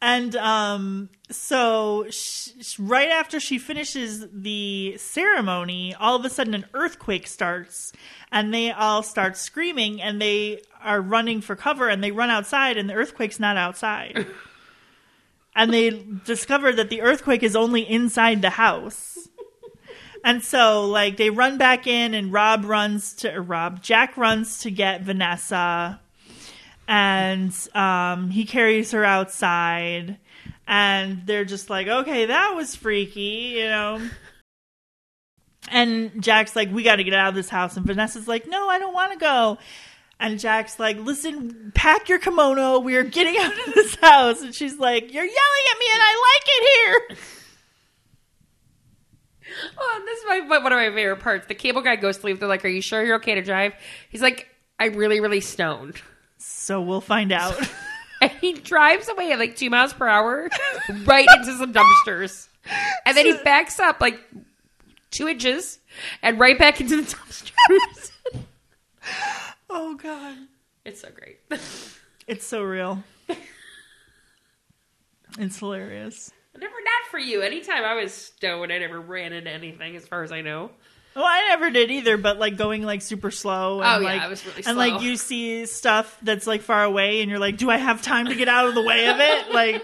S1: And um, so sh- sh- right after she finishes the ceremony, all of a sudden an earthquake starts, and they all start screaming, and they are running for cover, and they run outside, and the earthquake's not outside. and they discover that the earthquake is only inside the house. And so, like, they run back in, and Rob runs to or Rob. Jack runs to get Vanessa, and um, he carries her outside. And they're just like, okay, that was freaky, you know. And Jack's like, we got to get out of this house. And Vanessa's like, no, I don't want to go. And Jack's like, listen, pack your kimono. We are getting [LAUGHS] out of this house. And she's like, you're yelling at me, and I like it here.
S2: Oh, this is my, one of my favorite parts. The cable guy goes to leave. They're like, Are you sure you're okay to drive? He's like, I'm really, really stoned.
S1: So we'll find out.
S2: And he drives away at like two miles per hour [LAUGHS] right into some dumpsters. And then he backs up like two inches and right back into the dumpsters. [LAUGHS]
S1: oh, God.
S2: it's so great. [LAUGHS]
S1: It's so real. It's hilarious.
S2: Never not for you. Anytime I was stoned, I never ran into anything as far as I know.
S1: Well, I never did either, but like going like super slow and
S2: Oh, yeah,
S1: like
S2: I was really
S1: and
S2: slow.
S1: like you see stuff that's like far away and you're like, do I have time to get out of the way of
S2: [LAUGHS]
S1: it? Like,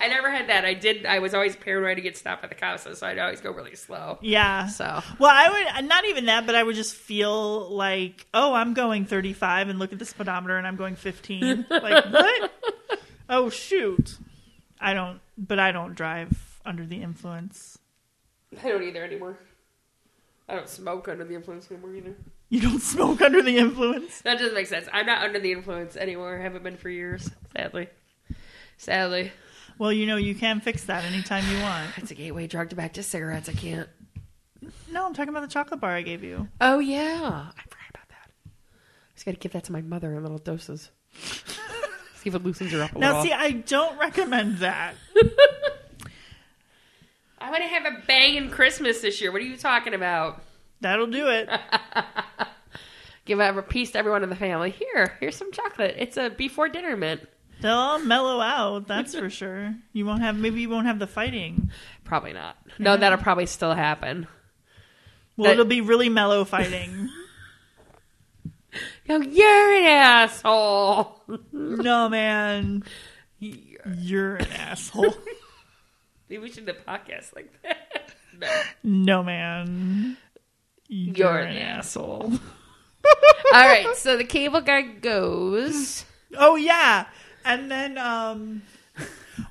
S2: I never had that. I did. I was always paranoid to get stopped by the cops, so I'd always go really slow.
S1: yeah.
S2: So
S1: Well, I would not even that, but I would just feel like, oh, I'm going 35, and look at the speedometer, and I'm going 15.
S2: [LAUGHS]
S1: like what? Oh shoot! I don't, but I don't drive under the influence.
S2: I don't either anymore. I don't smoke under the influence anymore either.
S1: You don't smoke under the influence.
S2: That doesn't make sense. I'm not under the influence anymore. I haven't been for years, sadly. Sadly,
S1: Well, you know you can fix that anytime you want.
S2: it's a gateway drug to back to cigarettes. I can't.
S1: No, I'm talking about the chocolate bar I gave you.
S2: Oh yeah, I forgot about that. I just got to give that to my mother in little [LAUGHS] doses. see if it loosens her up a
S1: Now,
S2: little.
S1: see, I don't recommend that.
S2: I want to have a banging Christmas this year. What are you talking about?
S1: That'll do it.
S2: Give a piece to everyone in the family. Here, here's some chocolate. It's a before dinner mint.
S1: They'll all mellow out. That's for sure. You won't have. Maybe you won't have the fighting.
S2: Probably not. No, that'll probably still happen.
S1: Well,
S2: That-
S1: it'll be really mellow
S2: [LAUGHS]
S1: fighting.
S2: No, you're an asshole. [LAUGHS]
S1: no, man.
S2: Maybe
S1: You're an asshole.
S2: we should do a podcast like that. [LAUGHS] No.
S1: no, man. You're,
S2: an
S1: asshole.
S2: [LAUGHS] All right, so the cable guy [LAUGHS] goes.
S1: Oh yeah, and then um,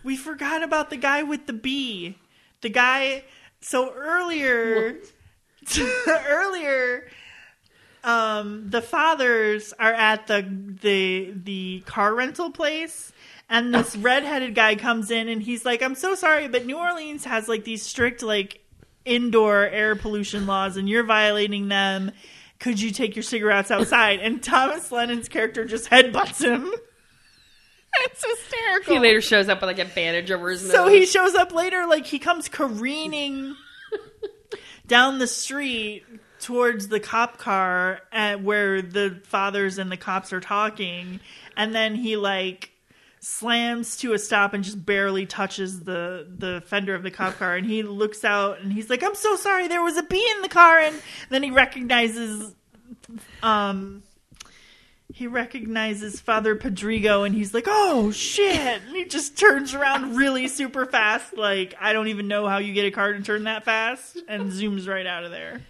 S1: we forgot about the guy with the bee. The guy. So earlier, [LAUGHS] earlier, um, the fathers are at the the the car rental place. And this redheaded guy comes in and he's like, "I'm so sorry, but New Orleans has like these strict like indoor air pollution laws and you're violating them. Could you take your cigarettes outside? And Thomas Lennon's character just headbutts him. [LAUGHS] It's hysterical.
S2: He later shows up with like a bandage over his
S1: So he
S2: nose.
S1: shows up later, like he comes careening down the street towards the cop car at where the fathers and the cops are talking, and then he like slams to a stop and just barely touches the the fender of the cop car and he looks out and he's like i'm so sorry there was a bee in the car and then he recognizes um he recognizes Father Padrigo and he's like, oh shit. And he just turns around really super fast. Like, I don't even know how you get a car to turn that fast and zooms right out of there.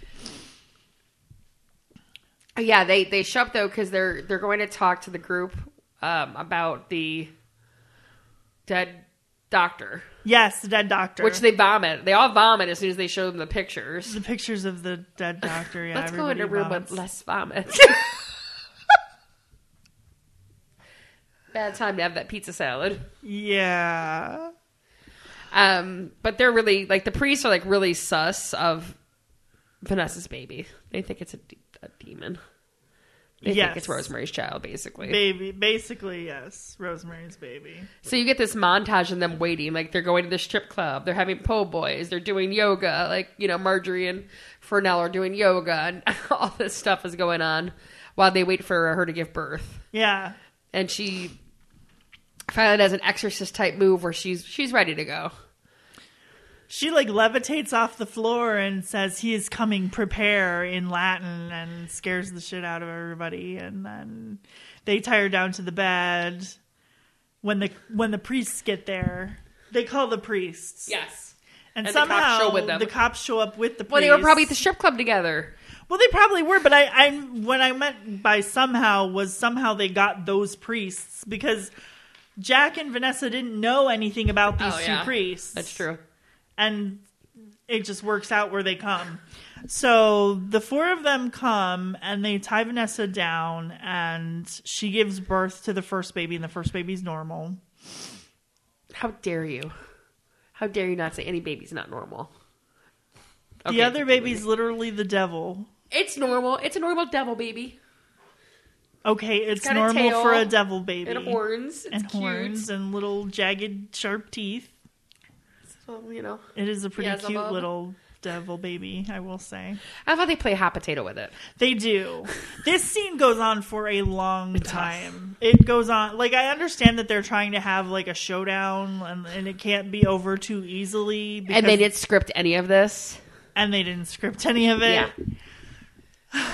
S2: yeah, they they show up though because they're they're going to talk to the group um, about the dead doctor,
S1: Yes, the dead doctor.
S2: which they vomit. They all vomit as soon as they show them the pictures.
S1: the pictures of the dead doctor. Yeah,
S2: Let's go in a
S1: everybody
S2: room
S1: vomits.
S2: with less [LAUGHS] vomit. Bad time to have that pizza salad.
S1: Yeah.
S2: Um, but they're really like the priests are like really sus of Vanessa's baby. They think it's a, de- a demon. They
S1: Yes.
S2: think it's Rosemary's Child, basically.
S1: Baby. Basically, yes. Rosemary's baby.
S2: so you get this montage of them waiting, like they're going to the strip club, they're having po' boys, they're doing yoga, like you know Marjorie and Fernell are doing yoga, and [LAUGHS] all this stuff is going on while they wait for her to give birth.
S1: Yeah.
S2: and she finally does an exorcist type move where she's she's ready to go.
S1: She like levitates off the floor and says he is coming prepare in Latin and scares the shit out of everybody and then they tie her down to the bed when the when the priests get there. They call the priests.
S2: Yes.
S1: And,
S2: And the cops
S1: somehow
S2: show with them.
S1: the cops show up with the priests.
S2: Well, they were probably at the strip club together.
S1: Well, they probably were, but I, I what I meant by somehow was somehow they got those priests because Jack and Vanessa didn't know anything about these
S2: Oh,
S1: two
S2: yeah.
S1: priests
S2: That's true.
S1: and it just works out where they come. So the four of them come and they tie Vanessa down, and she gives birth to the first baby, and the first baby's normal.
S2: How dare you? How dare you not say any baby's not normal? Okay,
S1: the other
S2: continue.
S1: baby's literally the devil.
S2: It's normal. It's a normal devil baby.
S1: Okay, it's,
S2: got a
S1: normal
S2: tail
S1: for a devil baby.
S2: And horns. It's
S1: And
S2: cute.
S1: horns and little jagged, sharp teeth.
S2: So, you know.
S1: It is a pretty
S2: has a
S1: cute
S2: bub.
S1: little devil baby, I will say.
S2: I thought they play hot potato with it.
S1: They do. This scene goes on for a long time. It goes on like I understand that they're trying to have like a showdown and, and it can't be over too easily because,
S2: and they didn't script any of this.
S1: and they didn't script any of it.
S2: Yeah.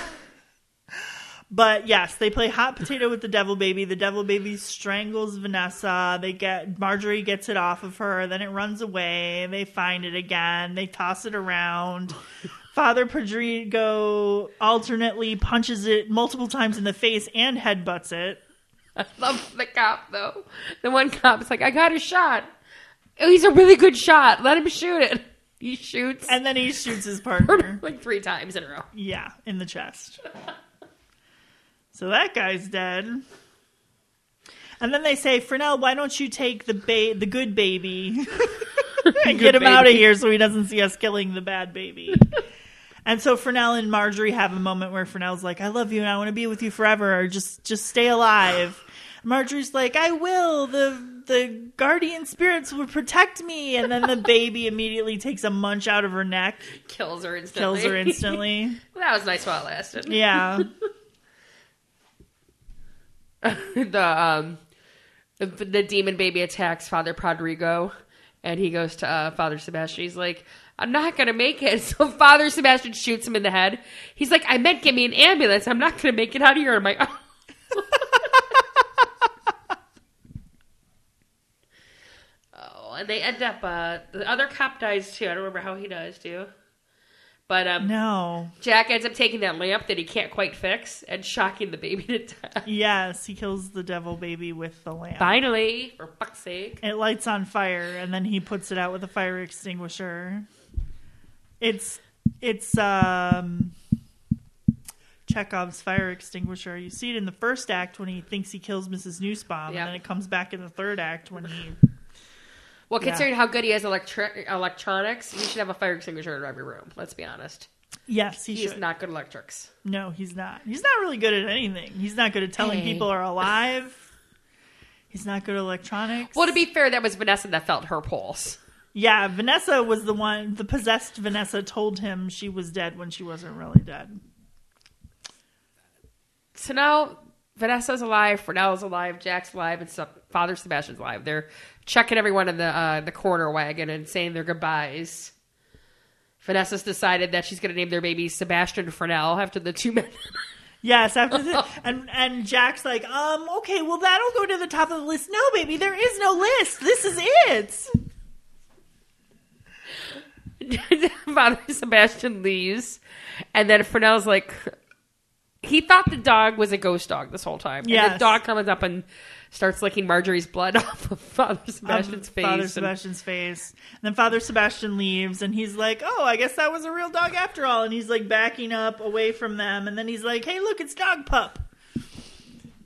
S1: But yes, they play hot potato with the devil baby. The devil baby strangles Vanessa. They get Marjorie gets it off of her. Then it runs away. They find it again. They toss it
S2: [LAUGHS]
S1: around. Father Padrigo alternately punches it multiple times in the face and headbutts it.
S2: I love the cop though. The one cop's like, I got a shot. Oh, he's a really good shot. Let him shoot it. He shoots
S1: And then he shoots his partner.
S2: [LAUGHS] like three times in a row.
S1: Yeah, in the chest. So that guy's dead. And then they say, Fresnel, why don't you take the ba- the good baby and get him
S2: baby.
S1: out of here so he doesn't see us killing the bad baby? and so Fresnel and Marjorie have a moment where Fresnel's like, I love you and I want to be with you forever, or just just stay alive. Marjorie's like, I will. The the guardian spirits will protect me. And then the baby immediately takes a munch out of her neck,
S2: Kills her instantly.
S1: kills
S2: [LAUGHS]
S1: her instantly. [LAUGHS]
S2: that was nice while it lasted.
S1: Yeah.
S2: the um, the, the demon baby attacks Father Rodrigo, and he goes to uh, Father Sebastian. He's like, "I'm not gonna make it." [LAUGHS] So Father Sebastian shoots him in the head. He's like, "I meant get me an ambulance. I'm not gonna make it out of here." I'm like, oh. [LAUGHS] oh, and they end up. Uh, the other cop dies too. I don't remember how he dies too. But um,
S1: No.
S2: Jack ends up taking that lamp that he can't quite fix and shocking the baby to death.
S1: Yes, he kills the devil baby with the lamp.
S2: Finally, for fuck's sake.
S1: It lights on fire and then he puts it out with a fire extinguisher. It's it's um Chekhov's fire extinguisher. You see it in the first act when he thinks he kills Mrs. Newsbaum,
S2: Yeah.
S1: and then it comes back in the third act when he
S2: Well,
S1: Yeah.
S2: considering how good he is at electri- electronics, he should have a fire extinguisher in every room. Let's be honest.
S1: [LAUGHS] Yes, he
S2: He's
S1: should.
S2: not good at electrics.
S1: No, he's not. He's not really good at anything. He's not good at telling
S2: Hey.
S1: people are alive. He's not good at electronics.
S2: Well, to be fair, that was Vanessa that felt her pulse.
S1: Yeah, Vanessa was the one. The possessed Vanessa told him she was dead when she wasn't really dead.
S2: So now Vanessa's alive, Fernell's alive, Jack's alive, and Seb- Father Sebastian's alive. They're checking everyone in the uh, the corner wagon and saying their goodbyes. Vanessa's decided that she's going to name their baby Sebastian Fernell after the two men.
S1: Yes, after
S2: [LAUGHS]
S1: the, and and Jack's like, um, okay, well that'll go to the top of the list. No, baby, there is no list. This is it.
S2: [LAUGHS] Father Sebastian leaves, and then Fernell's like, he thought the dog was a ghost dog this whole time. Yeah, the
S1: Yes.
S2: dog comes up and starts licking Marjorie's blood [LAUGHS] off of Father Sebastian's
S1: Um,
S2: face.
S1: Father
S2: and-
S1: Sebastian's face. And then Father Sebastian leaves, and he's like, "Oh, I guess that was a real dog after all." And he's like backing up away from them, and then he's like, "Hey, look, it's Dog Pup."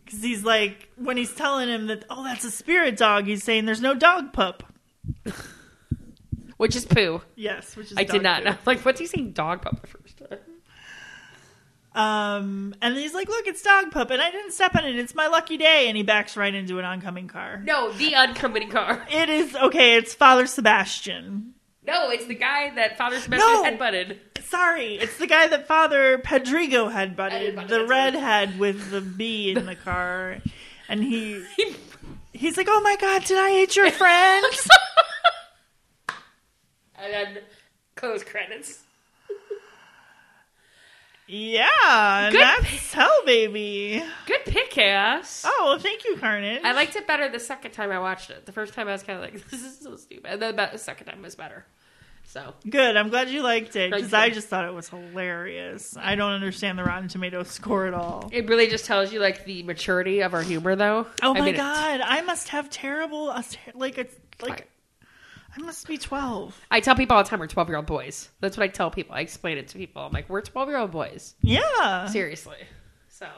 S1: Because he's like, when he's telling him that, "Oh, that's a spirit dog," he's saying, "There's no Dog Pup."
S2: which is poo.
S1: Yes, which is
S2: I did
S1: dog
S2: not
S1: poo.
S2: know. [LAUGHS] Like, what's he saying dog pup the first time?
S1: Um, and he's like, "Look, it's dog poop," and I didn't step on it. It's my lucky day, and he backs right into an oncoming car.
S2: No, the oncoming car.
S1: It is okay. It's Father Sebastian.
S2: No, it's the guy that Father Sebastian
S1: No.
S2: headbutted.
S1: Sorry, it's the guy that Father Pedrigo had butted,
S2: Headbutted,
S1: the
S2: that's right.
S1: redhead with the bee
S2: [LAUGHS]
S1: in the car, and he he's like, "Oh my god, did I hit your
S2: [LAUGHS]
S1: friend?"
S2: and then close credits.
S1: yeah, and
S2: Good.
S1: that's hell, baby.
S2: Good pick, ass.
S1: Oh, well, thank you, Carnage.
S2: I liked it better the second time I watched it. The first time I was kind of like, [LAUGHS] this is so stupid. And then about the second time was better. So,
S1: Good. I'm glad you liked it
S2: Thank
S1: because
S2: you.
S1: I just thought it was hilarious. I don't understand the Rotten Tomatoes score at all.
S2: it really just tells you, like, the maturity of our humor, though.
S1: Oh
S2: I
S1: my
S2: mean, it-
S1: god, I must have terrible a ter- like it's like
S2: Right.
S1: I must be 12.
S2: I tell people all the time we're 12 year old boys. That's what I tell people. I explain it to people. I'm like, we're 12 year old boys.
S1: Yeah.
S2: Seriously. So,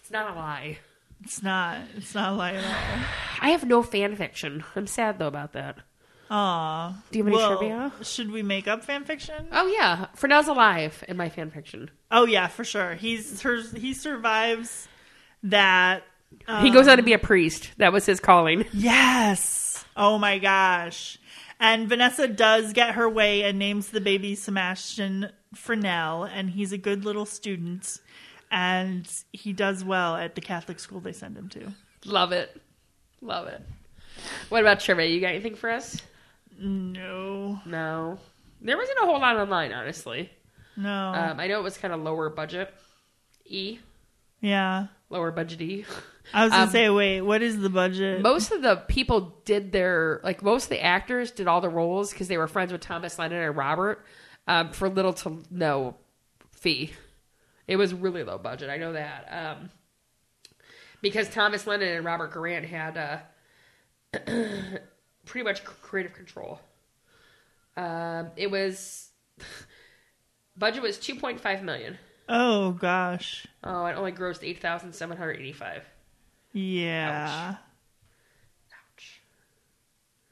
S2: it's not a lie.
S1: It's not it's not like at
S2: I have no fan fiction. I'm sad though about that.
S1: all. Aw.
S2: Do you have any trivia?
S1: Should we make up fan fiction?
S2: Oh yeah, Fernell's alive in my fan fiction.
S1: Oh yeah, for sure. He's her, he survives that
S2: he goes on to be
S1: Um,
S2: a priest. That was his calling.
S1: Yes. Oh my gosh. And Vanessa does get her way and names the baby Sebastian Fresnel, and he's a good little student, and he does well at the Catholic school they send him to.
S2: Love it, love it. What about trivia? You got anything for us?
S1: No,
S2: No, there wasn't a whole lot online, honestly.
S1: no,
S2: Um, I know it was kind of lower budget. E
S1: yeah.
S2: lower budget E. [LAUGHS]
S1: I was gonna
S2: um,
S1: say, wait, what is the budget?
S2: Most of the people did their like most of the actors did all the roles because they were friends with Thomas Lennon and Robert um, for little to no fee. It was really low budget. I know that um, because Thomas Lennon and Robert Grant had uh, [CLEARS THROAT] pretty much creative control. Um, it was [SIGHS] budget was two point five million.
S1: oh gosh,
S2: Oh, it only grossed eight thousand seven hundred eighty five.
S1: yeah.
S2: Ouch.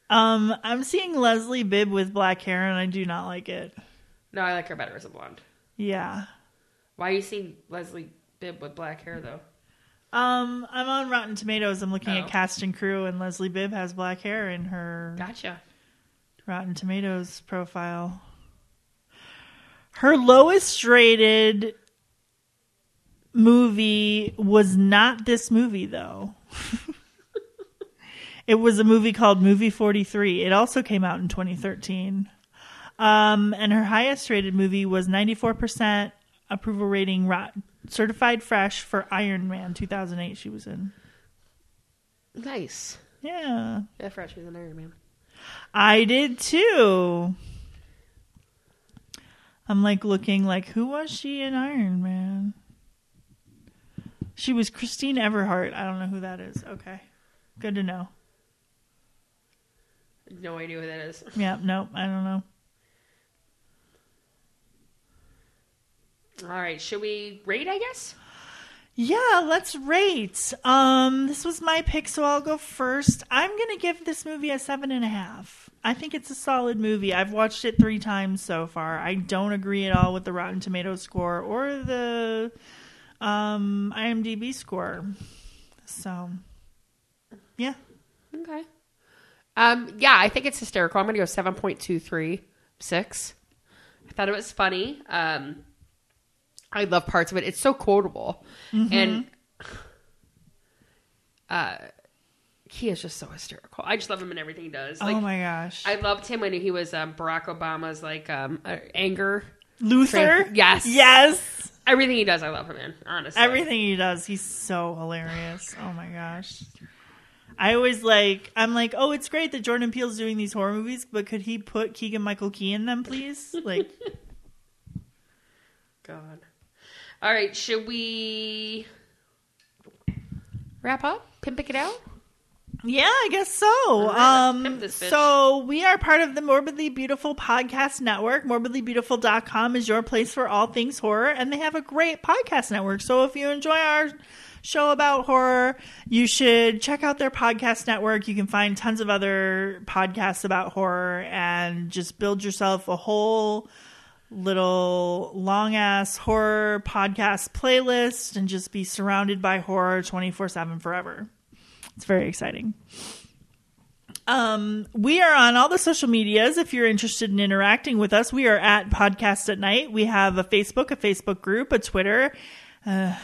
S1: Um, I'm seeing Leslie Bibb with black hair, and I do not like it.
S2: No, I like her better as a blonde.
S1: Yeah.
S2: Why you seeing Leslie Bibb with black hair though?
S1: Um, I'm on Rotten Tomatoes. I'm looking
S2: Oh.
S1: at cast and crew, and Leslie Bibb has black hair in her
S2: Gotcha.
S1: Rotten Tomatoes profile. Her lowest rated movie was not this movie, though. [LAUGHS] it was a movie called Movie 43. It also came out in 2013. Um, and her highest rated movie was 94% approval rating, rot- certified fresh for Iron Man 2008, she was in.
S2: Nice.
S1: Yeah.
S2: I forgot she was an Iron Man.
S1: I did too. I'm like looking like who was she in Iron Man? She was Christine Everhart. I don't know who that is. Okay. Good to know.
S2: No idea who that is.
S1: Yeah, nope, I don't know.
S2: All right, should we rate? I guess.
S1: Yeah, let's rate. Um, this was my pick, so I'll go first. I'm gonna give this movie a seven and a half. I think it's a solid movie. I've watched it three times so far. I don't agree at all with the Rotten Tomatoes score or the um, IMDb score. So, yeah,
S2: Okay. Um, yeah, I think it's hysterical. I'm going to go 7.236. I thought it was funny. Um, I love parts of it. It's so quotable. And uh, he is just so hysterical. I just love him and everything he does. Like,
S1: oh my gosh,
S2: I loved him when he was um, Barack Obama's like um, uh, anger.
S1: Luther.
S2: Tran- yes.
S1: yes.
S2: Everything he does, I love him in, honestly.
S1: Everything he does, he's so hilarious. Oh my gosh. I always like I'm like, oh, it's great that Jordan Peele's doing these horror movies, but could he put Keegan Michael Key in them, please? Like
S2: God. All right, should we wrap up? Pimp it out?
S1: Yeah, I guess so.
S2: right, let's
S1: Um,
S2: pimp this bitch.
S1: so we are part of the Morbidly Beautiful podcast network. Morbidlybeautiful.com is your place for all things horror, and they have a great podcast network. So if you enjoy our show about horror, you should check out their podcast network. You can find tons of other podcasts about horror and just build yourself a whole little long ass horror podcast playlist and just be surrounded by horror 24 7 forever. It's very exciting. Um, we are on all the social medias. If you're interested in interacting with us, we are at Podcast at Night. We have a Facebook, a Facebook group, a Twitter, uh,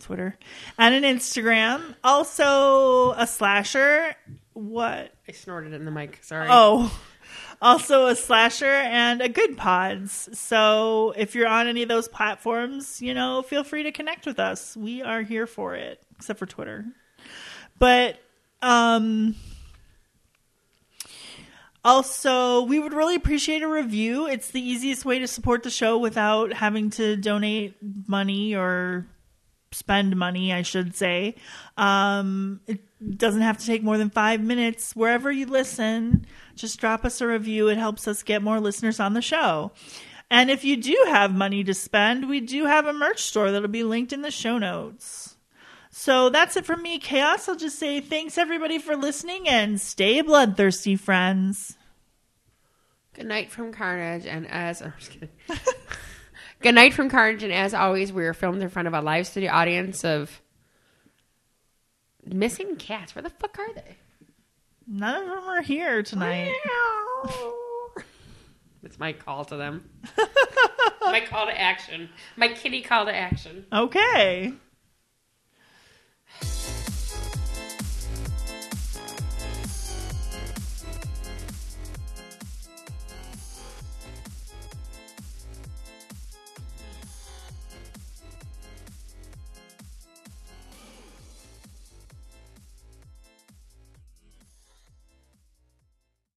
S1: Twitter, and an Instagram. Also, a slasher. What?
S2: I snorted in the mic. Sorry.
S1: Oh, [LAUGHS] also a slasher and a good pods. So if you're on any of those platforms, you know, feel free to connect with us. We are here for it, except for Twitter. But um also, we would really appreciate a review. It's the easiest way to support the show without having to donate money or spend money, I should say. Um, it doesn't have to take more than five minutes. Wherever you listen, just drop us a review. It helps us get more listeners on the show. And if you do have money to spend, we do have a merch store that'll be linked in the show notes. So that's it from me, Chaos. I'll just say thanks everybody for listening and stay bloodthirsty, friends.
S2: Good night from Carnage, and as I'm just [LAUGHS] kidding. Good night from Carnage, and as always, we are filmed in front of a live studio audience of missing cats. Where the fuck are they?
S1: None of them are here tonight.
S2: [LAUGHS] That's my call to them. my call to action. My kitty call to action.
S1: Okay.